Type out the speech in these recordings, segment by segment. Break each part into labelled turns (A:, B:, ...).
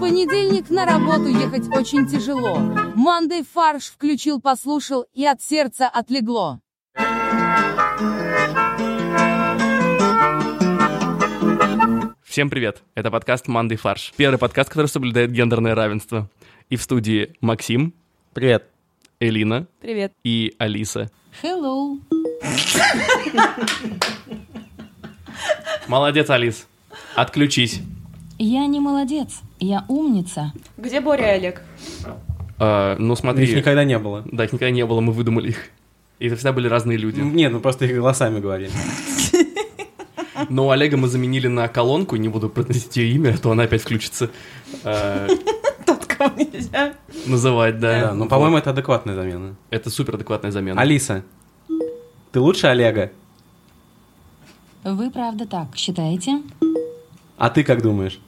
A: понедельник на работу ехать очень тяжело. Мандей фарш включил, послушал, и от сердца отлегло.
B: Всем привет! Это подкаст «Манды фарш». Первый подкаст, который соблюдает гендерное равенство. И в студии Максим,
C: Привет.
B: Элина
D: Привет.
B: и Алиса.
A: Hello.
B: Молодец, Алис. Отключись.
A: Я не молодец, я умница.
D: Где Боря и Олег?
B: А, ну
C: Их
B: смотри,
C: никогда не было.
B: да, их никогда не было, мы выдумали их. И это всегда были разные люди.
C: Нет, ну просто их голосами говорили.
B: Но Олега мы заменили на колонку, не буду произносить ее имя, а то она опять включится. А,
D: Тот, кого нельзя.
B: называть, да.
C: Да, ну, по-моему, это адекватная замена.
B: Это супер адекватная замена.
C: Алиса, ты лучше Олега?
A: Вы правда так считаете?
C: А ты как думаешь?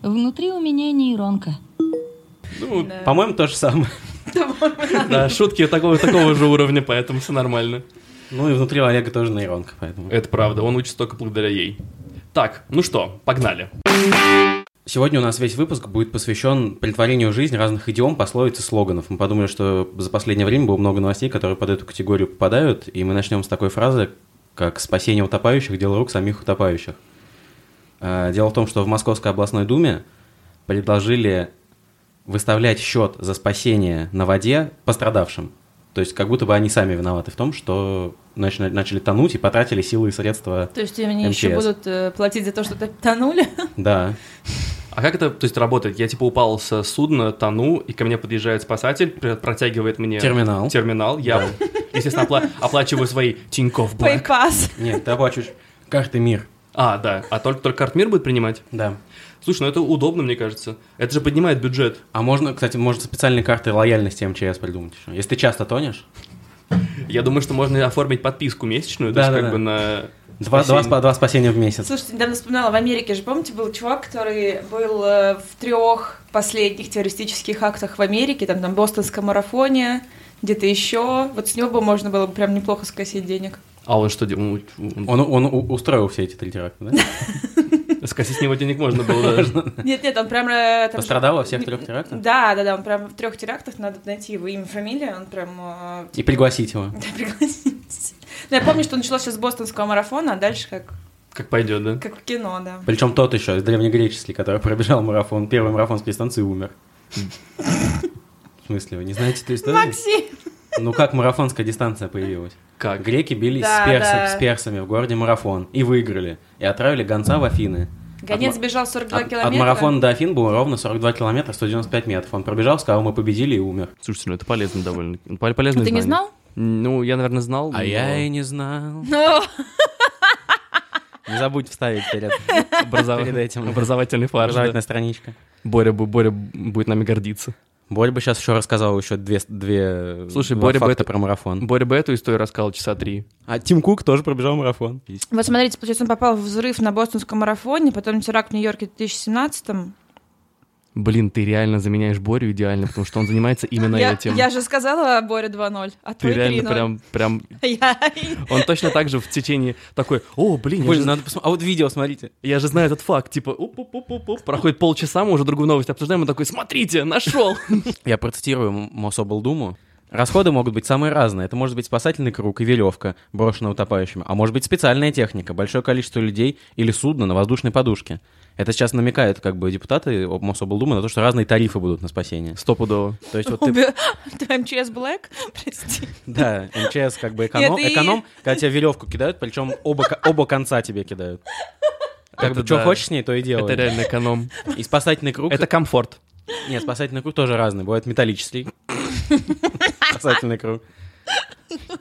A: Внутри у меня нейронка.
B: Ну,
D: Да.
C: По-моему, то же самое.
B: да, шутки такого, такого же уровня, поэтому все нормально.
C: Ну и внутри у Олега тоже нейронка, поэтому.
B: Это правда, он учится только благодаря ей. Так, ну что, погнали.
C: Сегодня у нас весь выпуск будет посвящен притворению в жизнь разных идиом, пословиц и слоганов. Мы подумали, что за последнее время было много новостей, которые под эту категорию попадают, и мы начнем с такой фразы, как «спасение утопающих – дело рук самих утопающих». А, Дело в том, что в Московской областной думе предложили выставлять счет за спасение на воде пострадавшим. То есть как будто бы они сами виноваты в том, что начали, начали тонуть и потратили силы и средства.
D: То есть они еще
C: МЧС.
D: будут э, платить за то, что топ- тонули?
C: Да.
B: А как это, то есть, работает? Я, типа, упал с судна, тону, и ко мне подъезжает спасатель, пр- протягивает мне...
C: Терминал.
B: Терминал. Я, естественно, опла- оплачиваю свои Тинькофф Блэк.
D: Пейпас.
C: Нет, ты оплачиваешь карты мир.
B: А, да. А только, только Картмир будет принимать?
C: Да.
B: Слушай, ну это удобно, мне кажется. Это же поднимает бюджет.
C: А можно, кстати, можно специальные карты лояльности МЧС придумать еще. Если ты часто тонешь,
B: Я думаю, что можно и оформить подписку месячную, то есть,
C: Да-да-да.
B: как бы на...
C: два, два,
B: спасение.
C: спа- два спасения в месяц.
D: Слушайте, недавно вспоминала, в Америке же, помните, был чувак, который был э, в трех последних террористических актах в Америке, там, на Бостонском марафоне, где-то еще. Вот с него бы можно было бы прям неплохо скосить денег.
B: А он что делал? Он- он-
C: Он, он у- устроил все эти три теракта, да?
B: Скосить с него денег можно было даже.
D: Нет, нет, он прям... э, там же-
C: Пострадал во всех трех терактах?
D: Да, да, да, он прям в трех терактах, надо найти его имя, фамилию, он прям э,
C: И пригласить его.
D: Да, пригласить. Ну, я помню, что началось все с бостонского марафона, а дальше как,
B: Как пойдет, да?
D: как в кино, да.
C: Причем тот еще, из древнегреческий, который пробежал марафон, первый марафон с дистанции и умер. В смысле, вы не знаете эту историю?
D: Максим!
C: Ну как марафонская дистанция появилась?
B: Как?
C: Греки бились
D: Да,
C: с, персом-
D: да.
C: с персами в городе марафон и выиграли. И отправили гонца в Афины.
D: Гонец
C: От-
D: бежал 42
C: От,
D: километра.
C: от марафона до Афин было ровно 42 километра 195 метров. Он пробежал, сказал, мы победили и умер.
B: Слушайте, ну это полезно довольно. Пол-
D: А
B: Полезное
A: Ты не
B: знание.
A: знал?
B: Ну, я, наверное, знал. но-
C: не знал.
D: Ну,
C: Не забудь вставить перед,
B: Образов-
C: перед этим.
B: Образовательный фарш. да.
C: Образовательная страничка.
B: Боря, бу- Боря будет нами гордиться.
C: Боря бы сейчас еще рассказал еще две, две
B: Слушай,
C: два
B: Боря бы
C: факта
B: это-
C: про марафон.
B: Боря бы эту историю рассказал часа три.
C: А Тим Кук тоже пробежал марафон.
D: Вот смотрите, получается, он попал в взрыв на бостонском марафоне, потом теракт в Нью-Йорке в 2017-м.
B: Блин, ты реально заменяешь Борю идеально, потому что он занимается именно
D: Я,
B: этим.
D: я же сказала о Боре 2-0, а то
B: Ты
D: и
B: реально
D: 3-0.
B: прям, прям...
D: Я-
B: Он точно так же в течение такой, о, блин, я
C: Блин,
B: же,
C: надо посмотреть. А вот видео, смотрите.
B: я же знаю этот факт. Типа, оп, оп, оп, оп, оп. проходит полчаса, мы уже другую новость обсуждаем, он такой, смотрите, нашел.
C: Я процитирую М- Мособлдуму. Расходы могут быть самые разные. Это может быть спасательный круг и веревка, брошенная утопающими, а может быть специальная техника, большое количество людей или судно на воздушной подушке. Это сейчас намекают как бы депутаты об- Мособлдумы на то, что разные тарифы будут на спасение.
B: Стопудово.
C: То есть вот ты
D: Убе- Ты МЧС эм Блэк? Прости.
C: Да, МЧС как бы эконом,
D: Нет, и-
C: эконом когда тебе веревку кидают, причем оба, ко- оба конца тебе кидают. Как
B: Это
C: бы что
B: да.
C: хочешь с ней, то и делай.
B: Это реально эконом.
C: И спасательный круг...
B: Это комфорт.
C: Нет, спасательный круг тоже разный. Бывает металлический. Спасательный круг.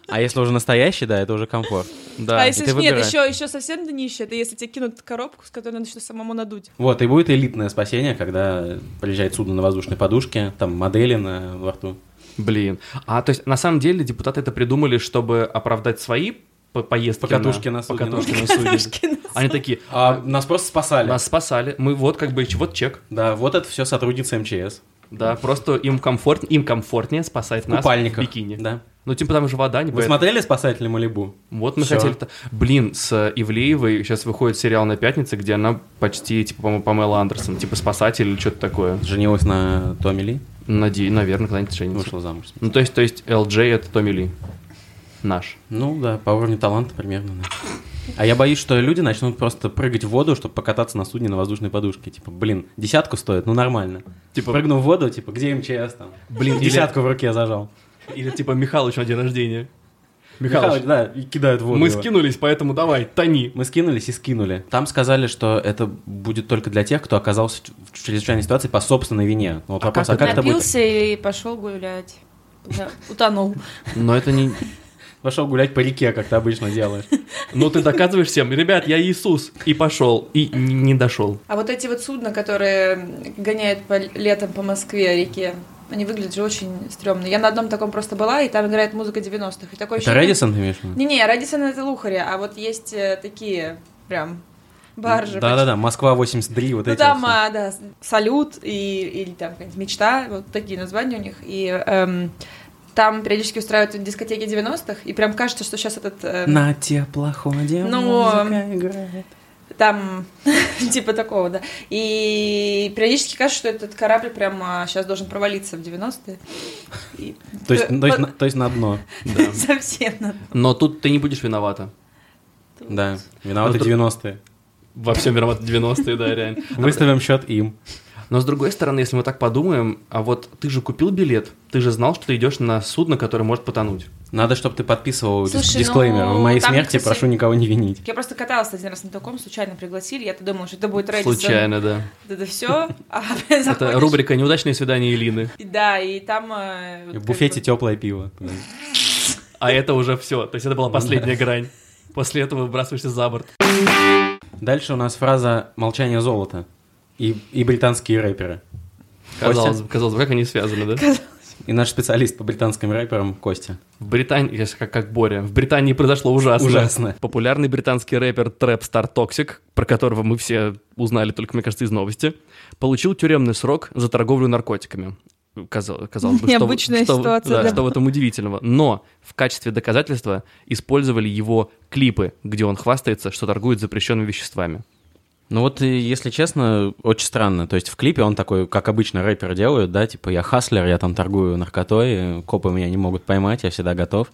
C: А если уже настоящий, да, это уже комфорт.
B: Да.
D: А если
C: ты
D: ж- нет,
C: выбираешь.
D: еще, еще совсем днище, это если тебе кинут коробку, с которой надо что-то самому надуть.
C: Вот, и будет элитное спасение, когда приезжает судно на воздушной подушке, там модели на во рту.
B: Блин. А то есть на самом деле депутаты это придумали, чтобы оправдать свои по- поездки.
C: Покатушки на судне.
B: покатушки на судне. Они такие,
C: А нас просто спасали.
B: нас спасали, мы вот как бы, ч- вот чек.
C: Да, вот это все сотрудница МЧС.
B: Да, просто им комфорт, им комфортнее спасать
C: В
B: нас
C: купальниках.
B: в бикини.
C: Да.
B: Ну, типа там же вода не
C: Вы
B: поэтому.
C: смотрели «Спасатели Малибу»?
B: Вот мы
C: Всё.
B: хотели-то... Блин, с э, Ивлеевой сейчас выходит сериал на пятнице, где она почти, типа, по-моему, Памела Андерсон, типа спасатель или что-то такое.
C: Женилась на Томми Ли,
B: Наде... Наверное, когда-нибудь женится.
C: вышла замуж.
B: Ну, то есть, то есть, LJ это Томми Ли. Наш.
C: Ну да, по уровню таланта примерно. да. А я боюсь, что люди начнут просто прыгать в воду, чтобы покататься на судне на воздушной подушке. Типа, блин, десятку стоит, ну нормально.
B: Типа-
C: Типа, прыгнул в воду, типа, где МЧС там?
B: Блин,
C: Блин,
B: или-
C: десятку в руке зажал.
B: Или, типа, Михалыч на день рождения.
C: Михалыч, да, и кидают в воду. его.
B: скинулись, поэтому давай, тони.
C: Мы скинулись и скинули. Там сказали, что это будет только для тех, кто оказался в чрезвычайной ситуации по собственной вине. Ну, вот
B: А
C: вопрос,
B: как
C: а как это будет?
D: Напился и пошел гулять. Да, утонул.
B: Но это не...
C: Пошел гулять по реке, как ты обычно делаешь.
B: Ну, ты доказываешь всем, ребят, я Иисус. И пошел, и н- не дошел.
D: А вот эти вот судна, которые гоняют по, летом по Москве, реке, они выглядят же очень стрёмно. Я на одном таком просто была, и там играет музыка 90-х. И такое
C: Это
D: ощущение-
C: Редисон, ты имеешь в виду?
D: Не-не, Редисон это Лухари, а вот есть э, такие прям баржи.
C: Да-да-да, Москва 83, вот
D: Ну
C: эти
D: там,
C: вот все.
D: а, да, салют и, или там какая-нибудь мечта, вот такие названия у них. И эм, там периодически устраивают дискотеки 90-х, и прям кажется, что сейчас этот... эм,
C: На теплоходе
D: Ну,
C: музыка играет.
D: Там, типа такого, да. И периодически кажется, что этот корабль прямо сейчас должен провалиться в 90-е. И-
C: То есть, то, есть,
D: по-
C: на- то есть на дно.
D: Совсем надо.
B: Но тут ты не будешь виновата.
C: Да. Виноваты
B: Ну, то-
C: 90-е.
B: Во всем виноваты 90-е, да, реально.
C: Выставим счет им.
B: Но с другой стороны, если мы так подумаем, а вот ты же купил билет, ты же знал, что ты идешь на судно, которое может потонуть.
C: Надо, чтобы ты подписывал дис-
D: Слушай,
C: дисклеймер.
D: ну,
C: В моей
D: там,
C: смерти
D: кстати,
C: прошу никого не винить.
D: Я просто каталась один раз на таком, случайно пригласили, я-то думала, что это будет Редисон.
B: Случайно, да.
D: Это все. А
B: Это
D: заходишь-
B: рубрика «Неудачные свидания Илины».
D: И Да, и там... э, вот
C: В
D: как
C: буфете
D: бы-
C: теплое пиво.
B: А это уже все. То есть это была последняя грань. После этого выбрасываешься за борт.
C: Дальше у нас фраза «молчание золота» и, и британские рэперы.
B: Казалось бы, казалось бы, как они связаны, да?
C: И наш специалист по британским рэперам Костя.
B: В Британии, я ж как, как Боря, в Британии произошло ужасно.
C: Ужасно.
B: Популярный британский рэпер Трэп Стар Токсик, про которого мы все узнали только, мне кажется, из новости, получил тюремный срок за торговлю наркотиками. Казал- казалось бы, что,
D: Необычная
B: что-
D: ситуация
B: да,
D: для-
B: что в этом удивительного. Но в качестве доказательства использовали его клипы, где он хвастается, что торгует запрещенными веществами.
C: Ну вот, и, если честно, очень странно. То есть в клипе он такой, как обычно рэперы делают, да, типа я хаслер, я там торгую наркотой, копы меня не могут поймать, я всегда готов.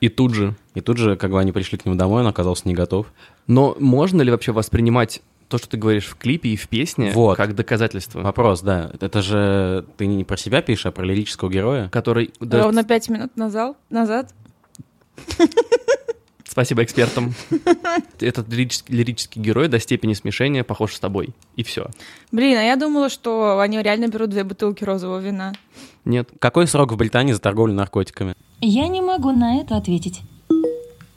B: И тут же
C: И тут же, как бы они пришли к нему домой, он оказался не готов.
B: Но можно ли вообще воспринимать то, что ты говоришь в клипе и в песне,
C: Вот.
B: как доказательство,
C: Вопрос, да. Это же ты не про себя пишешь, а про лирического героя.
B: который... да,
D: Ровно пять минут назад, назад
B: Спасибо экспертам. Этот лирический- лирический герой до степени смешения похож с тобой. И все.
D: Блин, а я думала, что они реально берут две бутылки розового вина.
B: Нет.
C: Какой срок в Британии за торговлю наркотиками?
E: Я не могу на это ответить.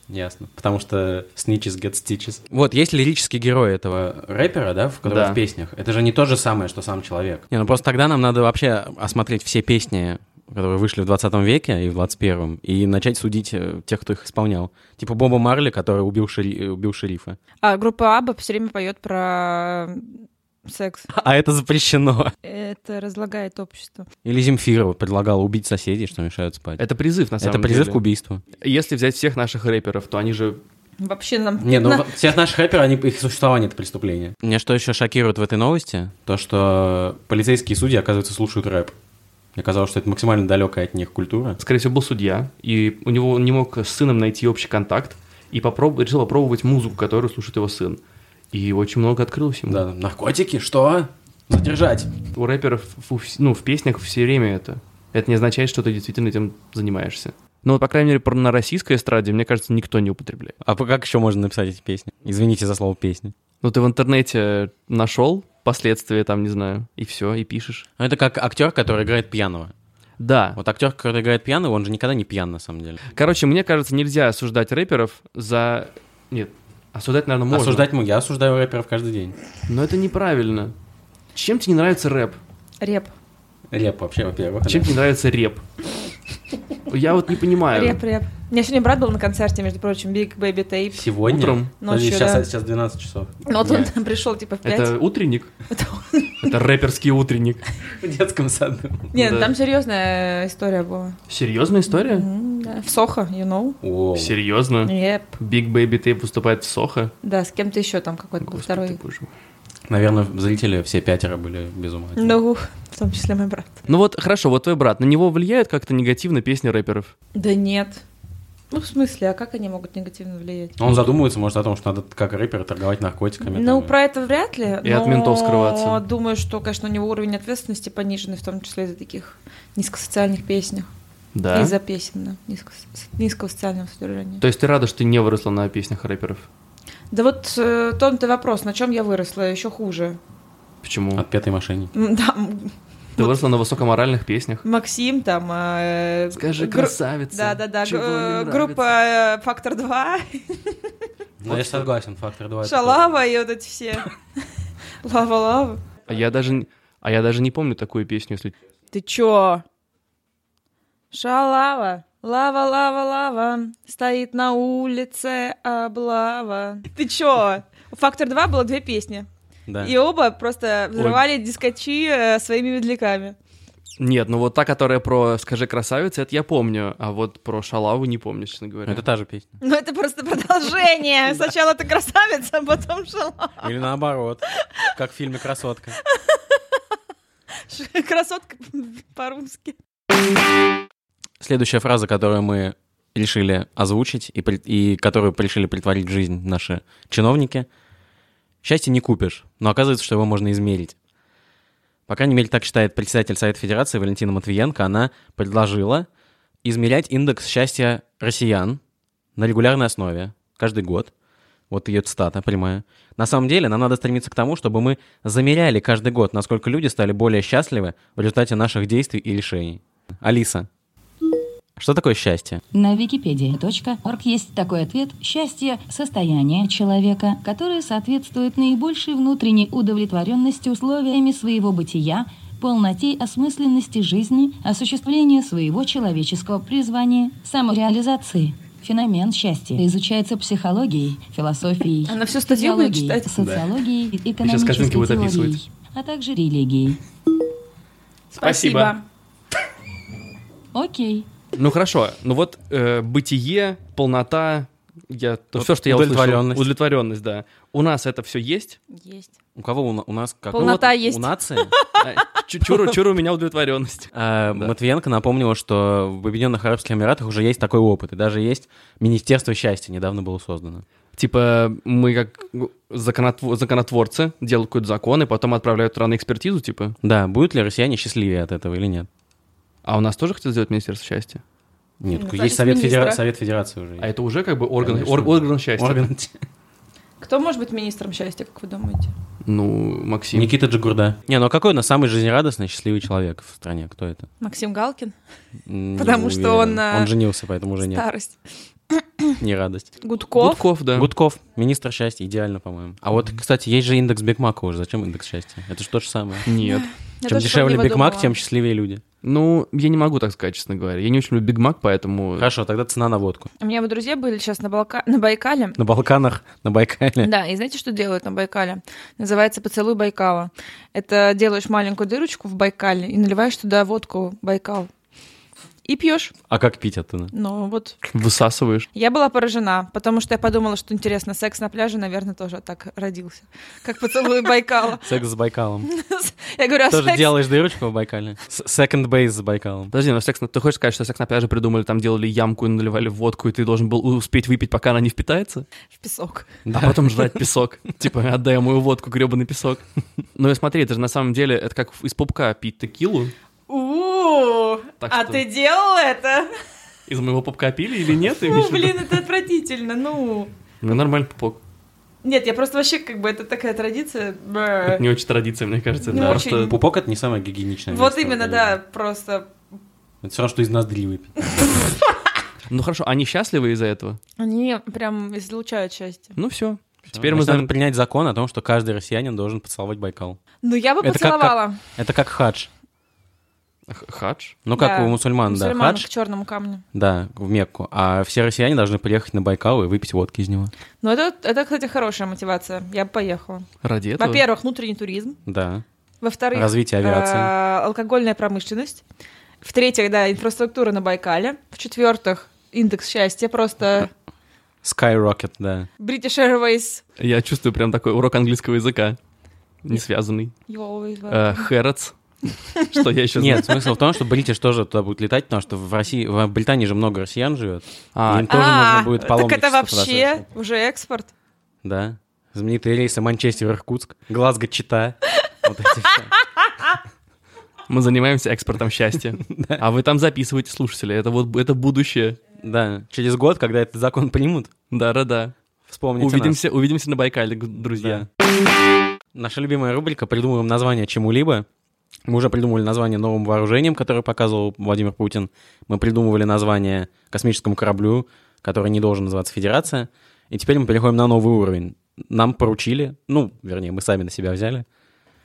C: Ясно. Потому что snitches get stitches. Вот, есть лирический герой этого рэпера, да, в котором
B: Да.
C: в песнях. Это же не то же самое, что сам человек. Не, ну просто тогда нам надо вообще осмотреть все песни, которые вышли в 20 веке и в 21, и начать судить э, тех, кто их исполнял. Типа Боба Марли, который убил, шери- э, убил шерифа.
D: А группа Аба все время поет про секс.
C: А это запрещено.
D: Это разлагает общество.
C: Или Земфирова предлагала убить соседей, что мешают спать.
B: Это призыв, на самом
C: это призыв
B: деле.
C: к убийству.
B: Если взять всех наших рэперов, то они же...
D: Вообще нам...
C: Не, ну
D: на-
C: вот всех наших рэперов, они, их существование это преступление. Меня что еще шокирует в этой новости? То, что полицейские судьи, оказывается, слушают рэп. Мне казалось, что это максимально далекая от них культура.
B: Скорее всего, был судья, и у него он не мог с сыном найти общий контакт, и попроб... решил попробовать музыку, которую слушает его сын. И очень много открылось ему.
C: Да, наркотики, что? Задержать.
B: У рэперов, у вс- ну, в песнях все время это. Это не означает, что ты действительно этим занимаешься. Но, Ну, по крайней мере, про- на российской эстраде, мне кажется, никто не употребляет.
C: А по- как еще можно написать эти песни? Извините за слово песни.
B: Ну, ты в интернете нашел последствия, там, не знаю, и все, и пишешь.
C: Ну, это как актер, который играет пьяного.
B: Да.
C: Вот актер, который играет пьяного, он же никогда не пьян, на самом деле.
B: Короче, мне кажется, нельзя осуждать рэперов за... Нет, осуждать, наверное, можно.
C: Осуждать ему, я осуждаю рэперов каждый день.
B: Но это неправильно. Чем тебе не нравится рэп?
D: Реп.
C: Рэп вообще, во-первых.
B: Чем
C: да.
B: тебе не нравится реп? Я вот не понимаю.
D: Реп, реп. У меня сегодня брат был на концерте, между прочим, Big Baby Tape.
C: Сегодня?
B: Утром.
C: Подожди,
D: Ночью,
C: сейчас,
D: да.
C: сейчас 12 часов.
D: Но вот он
C: Я
D: там пришел типа в 5.
B: Это утренник? Это рэперский утренник.
C: В детском саду.
D: Не, ну
B: да.
D: там серьезная история была.
B: Серьезная история?
D: М, да. В Сохо, you know?
C: Воу.
B: Серьезно?
D: Yep.
B: Биг Бэйби Тейп выступает в Сохо?
D: Да, с кем-то еще там какой-то был
B: Господи,
D: второй.
B: боже мой.
C: Наверное, зрители все пятеро были без ума. от него.
D: Ну, в том числе мой брат.
B: Ну вот, хорошо, вот твой брат, на него влияет как-то негативно песни рэперов?
D: Да нет. Ну, в смысле, а как они могут негативно влиять?
C: Ну, Он задумывается, может, о том, что надо как рэпер торговать наркотиками.
D: Ну,
C: там, и-
D: про это вряд ли.
B: И от
D: но
B: ментов скрываться.
D: Думаю, что, конечно, у него уровень ответственности пониженный, в том числе из-за таких низкосоциальных песнях.
B: Да.
D: Из-за песен, да, низкос- низкого социального содержания.
B: То есть ты рада, что ты не выросла на песнях рэперов?
D: Да вот э, в том-то вопрос, на чем я выросла, еще хуже.
B: Почему?
D: А,
C: От пятой мошенник.
D: М, Да, м, ну,
B: Ты выросла на высокоморальных песнях?
D: Максим там... э,
B: Скажи,
D: гру-
B: красавица.
D: Да-да-да,
B: чего
D: э,
B: не
D: группа э, «Фактор 2»,
C: Ну, я согласен, фактор 2.
D: «Шалава» и вот эти все. «Лава-лава».
B: нравится? А я даже, н- а я даже не помню такую песню, если...
D: Ты чё? Шалава, лава, лава, лава, стоит на улице облава. Ты чё? У «Фактор 2» было две песни.
C: Да.
D: И оба просто взрывали дискочи э, своими медляками.
B: Нет, ну вот та, которая про «Скажи, красавица», это я помню, а вот про «Шалаву» не помню, честно говоря.
C: Это та же песня.
D: Ну, это просто продолжение. Сначала ты красавица, а потом шалава.
C: Или наоборот, как в фильме «Красотка».
D: Красотка по-русски.
C: Следующая фраза, которую мы решили озвучить и, пред- и которую решили притворить в жизнь наши чиновники. Счастье не купишь, но оказывается, что его можно измерить. По крайней мере, так считает председатель Совета Федерации Валентина Матвиенко. Она предложила измерять индекс счастья россиян на регулярной основе каждый год. Вот ее цитата прямая. На самом деле, нам надо стремиться к тому, чтобы мы замеряли каждый год, насколько люди стали более счастливы в результате наших действий и решений. Алиса, что такое счастье?
E: На wikipedia.org есть такой ответ. Счастье – состояние человека, которое соответствует наибольшей внутренней удовлетворенности условиями своего бытия, полноте и осмысленности жизни, осуществлению своего человеческого призвания, самореализации. Феномен счастья изучается психологией, философией,
D: Она всю статью будет
E: теологией,
D: читать?
E: социологией,
B: сейчас
E: экономической
B: картинки будет
E: теорией,
B: описывать.
E: а также религией.
B: Спасибо.
E: Окей.
B: Ну хорошо, ну вот э, бытие, полнота, я, то,
C: Вот
B: все, что я
C: удовлетворенность.
B: услышал, удовлетворенность, да. У нас это все есть.
D: Есть.
C: У кого у, на- у нас как?
D: Полнота
C: Ну,
D: есть.
C: У нации.
B: А, чу- Чур чур у меня удовлетворенность.
C: А, Матвиенко напомнила, что в Объединенных Арабских Эмиратах уже есть такой опыт. И даже есть Министерство счастья, недавно было создано.
B: Типа мы как законотво- законотворцы делают какой-то закон и потом отправляют туда на экспертизу, типа.
C: Да, будут ли россияне счастливее от этого или нет?
B: А у нас тоже хотят сделать Министерство счастья?
C: Нет,
D: Ну,
C: есть
D: значит,
C: Совет, Федера-
D: министра.
C: Совет Федерации уже.
B: А это уже как бы орган,
C: Конечно.
B: ор- орган счастья.
C: Орган-
D: Кто может быть министром счастья, как вы думаете?
B: Ну, Максим.
C: Никита Джигурда. Не, ну а какой у нас самый жизнерадостный, счастливый человек в стране? Кто это?
D: Максим Галкин?
C: М, не
D: Потому что он,
C: уверен.
D: а,
C: Он женился, поэтому уже нет.
D: Старость.
C: Не радость.
D: Гудков?
B: Гудков, да.
C: Гудков, министр счастья, идеально, по-моему. А вот, кстати, есть же индекс Бигмака уже. Зачем индекс счастья? Это же то же самое.
B: Нет.
D: Я
C: Чем
D: тоже
C: дешевле
D: про него
C: Биг Мак,
D: думала.
C: тем счастливее люди.
B: Ну, я не могу так сказать, честно говоря. Я не очень люблю Биг Мак, поэтому...
C: Хорошо, тогда цена на водку.
D: У меня вот друзья были сейчас на, Балка- на Байкале.
C: На Балканах, на
B: Э.
C: Байкале.
D: Да, и знаете, что делают на Байкале? Называется «Поцелуй Байкала». Это делаешь маленькую дырочку в Байкале и наливаешь туда водку Байкал. И пьешь.
C: А как пить оттуда?
D: Ну вот.
B: Высасываешь.
D: Я была поражена, потому что я подумала, что интересно, секс на пляже, наверное, тоже так родился. Как поцелуй Байкала.
C: Секс с Байкалом.
D: Я говорю, а
C: Тоже
D: секс?
C: делаешь дырочку в Байкале? С- Second base с Байкалом.
B: Подожди, но секс... на- Ты хочешь сказать, что секс на пляже придумали, там делали ямку и наливали водку, и ты должен был успеть выпить, пока она не впитается?
D: В песок.
B: А потом жрать песок. Типа, отдай мою водку, гребаный песок. Ну и смотри, это же на самом деле, это как из пупка пить текилу.
D: у
B: Так
D: а
B: что-
D: ты делал это?
B: Из моего пупка пили или нет? Ты имеешь
D: Ну,
B: в виду?
D: блин, это отвратительно, ну...
B: Ну, нормальный пупок.
D: Нет, я просто вообще, как бы, это такая традиция. Бэ.
B: Это не очень традиция, мне кажется.
D: Ну,
B: да.
D: очень.
B: Просто
C: Пупок — это не самое гигиеничное.
D: Вот
C: место
D: именно,
C: в
D: да,
C: Байкале.
D: просто...
C: Это все равно, что из ноздри выпить.
B: Ну хорошо, они счастливы из-за этого?
D: Они прям излучают счастье.
B: Ну все. Теперь мы
C: Значит,
B: знаем...
C: надо принять закон о том, что каждый россиянин должен поцеловать Байкал.
D: Ну, я бы
C: Это как-
D: поцеловала.
C: Это как хадж.
B: Х- Хадж?
C: Ну, как
D: Да.
C: у мусульман, да,
D: Мусульман
C: хадж,
D: к черному камню.
C: да, в Мекку. А все россияне должны приехать на Байкал и выпить водки из него.
D: Ну, это, это, кстати, хорошая мотивация. Я бы поехала.
B: Ради этого?
D: Во-первых, внутренний туризм.
C: Да.
D: Во-вторых,
C: Развитие авиации.
D: э, алкогольная промышленность. В-третьих, да, инфраструктура на Байкале. В-четвертых, индекс счастья. Просто
C: Skyrocket, да.
D: British Airways.
B: Я чувствую прям такой урок английского языка. Не связанный.
D: You always welcome.
B: Э, Хэротс. Что я еще
C: Нет, смысл в том, что Бритиш тоже туда будет летать, потому что в России, в Британии же много россиян живет.
B: А,
C: и им тоже
D: А,
C: нужно будет
D: так это
C: паломничество
D: вообще
C: продолжать.
D: уже экспорт.
C: Да. Знаменитые рейсы Манчестер-Иркутск, Глазго-Чита. Вот эти все.
B: Мы занимаемся экспортом счастья. А вы там записываете слушателя. Это вот это будущее.
C: Да, через год, когда этот закон примут,
B: Да-да-да.
C: вспомните нас.
B: Увидимся, увидимся на Байкале, г- друзья.
C: Наша любимая рубрика «Придумываем название чему-либо». Мы уже придумывали название новым вооружениям, которое показывал Владимир Путин. Мы придумывали название космическому кораблю, который не должен называться «Федерация». И теперь мы переходим на новый уровень. Нам поручили, ну, вернее, мы сами на себя взяли,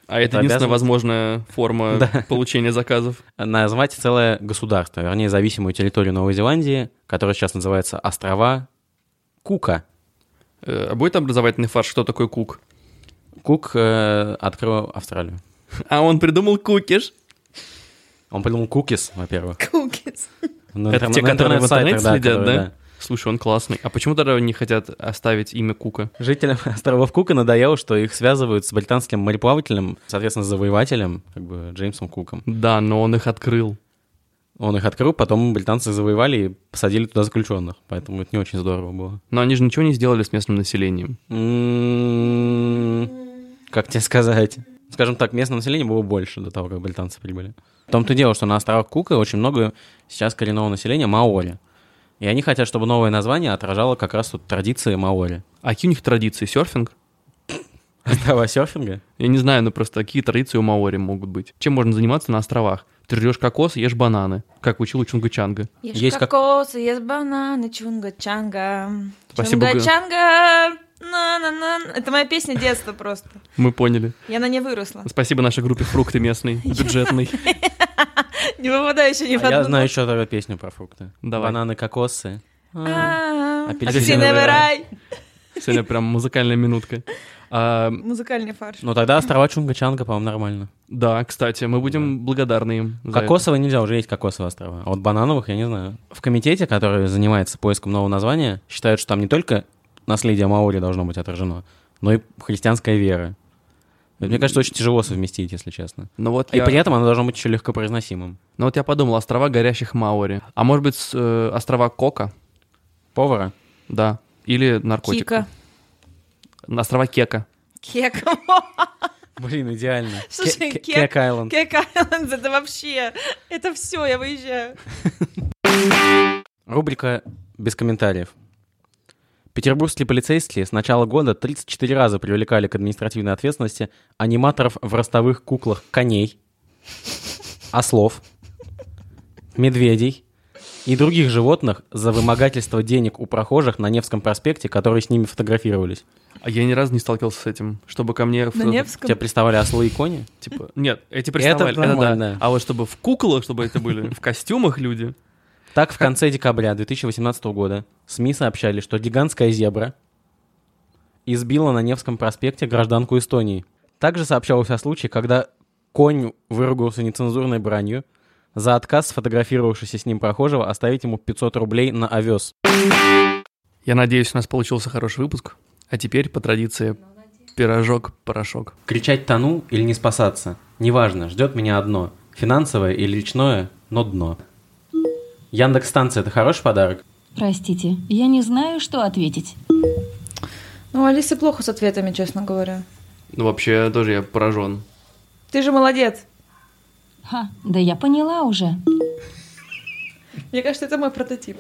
B: А это
C: Это
B: единственная
C: обязан-
B: возможная форма
C: Да.
B: получения заказов.
C: назвать целое государство, вернее, зависимую территорию Новой Зеландии, которая сейчас называется «Острова Кука».
B: Э, А будет образовательный фарш, что такое кук?
C: Кук э, открыл Австралию.
B: А он придумал кукиш.
C: Он придумал кукис, во-первых. Ну,
D: Кукис.
C: На
B: Это
C: интерне-
B: те,
C: на
B: которые в
C: интернет-сайтах,
B: интернете следят,
C: которые,
B: да? Слушай, он классный. А почему тогда не хотят оставить имя Кука?
C: Жителям островов Кука надоело, что их связывают с британским мореплавателем, соответственно, завоевателем, как бы Джеймсом Куком.
B: Да, но он их открыл.
C: Он их открыл, потом британцы завоевали и посадили туда заключенных, поэтому это не очень здорово было.
B: Но они же ничего не сделали с местным населением.
C: М, М-м-м. Как тебе сказать? Скажем так, местного населения было больше до того, как британцы прибыли. В том-то и дело, что на островах Кука очень много сейчас коренного населения маори. И они хотят, чтобы новое название отражало как раз вот традиции маори.
B: А какие у них традиции? Серфинг?
C: Острова серфинга?
B: Я не знаю, но просто какие традиции у Маори могут быть. Чем можно заниматься на островах? Ты жрешь кокос, ешь бананы, как учил Чунга Чанга.
D: Есть,
C: Есть как-
D: кокосы, есть бананы, чунга-чанга.
B: Спасибо, Г-
D: Чунга-чанга. На-на-на. Это моя песня детства просто.
B: Мы поняли.
D: Я на ней выросла.
B: Спасибо нашей группе «Фрукты местные», бюджетной.
D: Не попадаю еще ни в
C: А я
D: одну.
C: знаю еще такую песню про фрукты.
B: Давай.
C: Бананы, кокосы.
D: А,
C: Апельсиновый
D: Апельсиновый рай.
B: Сегодня прям музыкальная минутка. А,
D: Музыкальный фарш.
C: Ну тогда острова Чунга-Чанга, по-моему, нормально.
B: да, кстати, мы будем благодарны им. за это.
C: Кокосовые нельзя, уже есть кокосовые острова. А вот банановых я не знаю. В комитете, который занимается поиском нового названия, считают, что там не только наследие Маори должно быть отражено, но и христианская вера. Вот Мне кажется, очень тяжело совместить, если честно.
B: Но Ну вот
C: И
B: я...
C: при этом оно должно быть еще легко произносимым.
B: Но вот я подумал, острова горящих Маори. А может быть, с, э, острова Кока?
C: Повара?
B: Да. Или наркотика.
D: Кика.
B: На острова Кека.
D: Кек.
C: Блин, идеально.
D: Слушай,
C: Кек-
D: кек-
C: Кек Айленд.
D: Кек Айленд, это вообще... Это все, я выезжаю.
C: Рубрика «Без комментариев». Петербургские полицейские с начала года 34 раза привлекали к административной ответственности аниматоров в ростовых куклах коней, ослов, медведей и других животных за вымогательство денег у прохожих на Невском проспекте, которые с ними фотографировались.
B: А я ни разу не сталкивался с этим. Чтобы ко мне... в-
D: На
C: Тебя
D: Невском.
C: приставали ослы и кони?
B: Типа, нет, эти приставали.
C: Это
B: да.
C: нормально.
B: А вот чтобы в куклах, чтобы это были, в костюмах люди.
C: Так, в конце декабря 2018 года СМИ сообщали, что гигантская зебра избила на Невском проспекте гражданку Эстонии. Также сообщалось о случае, когда конь выругался нецензурной бранью за отказ сфотографировавшегося с ним прохожего оставить ему 500 рублей на овес.
B: Я надеюсь, у нас получился хороший выпуск. А теперь, по традиции, пирожок-порошок.
C: Кричать тону или не спасаться? Неважно, ждет меня одно. Финансовое или личное, но дно. Яндекс станция это хороший подарок?
E: Простите, я не знаю, что ответить.
D: Ну, Алисе плохо с ответами, честно говоря.
B: Ну, вообще, тоже я поражен.
D: Ты же молодец.
E: Ха, да я поняла уже.
D: Мне кажется, это мой прототип.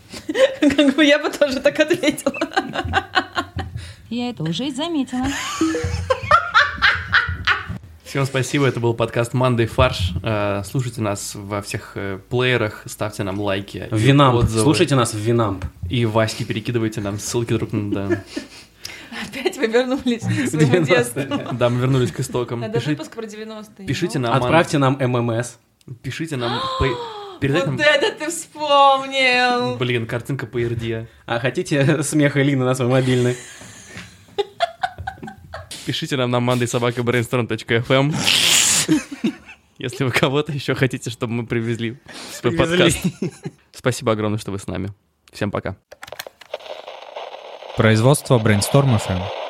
D: Как бы я бы тоже так ответила.
E: Я это уже заметила.
B: Всем спасибо, это был подкаст «Мандай фарш». Э, Слушайте нас во всех э, плеерах, ставьте нам лайки.
C: В Винамп.
B: отзывы.
C: Слушайте нас в Винамп.
B: И Ваське перекидывайте нам ссылки друг на друга.
D: Опять вы вернулись к своему детству.
B: Да, мы вернулись к истокам.
D: Надо
B: Ну, Пиши-
D: выпуск про 90-е.
B: Пишите
D: ну.
B: нам.
C: Отправьте нам ММС.
B: Пишите нам... по- Передать
D: Вот
B: нам...
D: это ты вспомнил!
B: Блин, картинка по РД.
C: А хотите смеха Лины на свой мобильный?
B: Пишите нам на mandaysobakabrainstorm.fm эм. Если вы кого-то еще хотите, чтобы мы привезли в свой
C: Привезли.
B: подкаст. Спасибо огромное, что вы с нами. Всем пока.
F: Производство Brainstorm FM.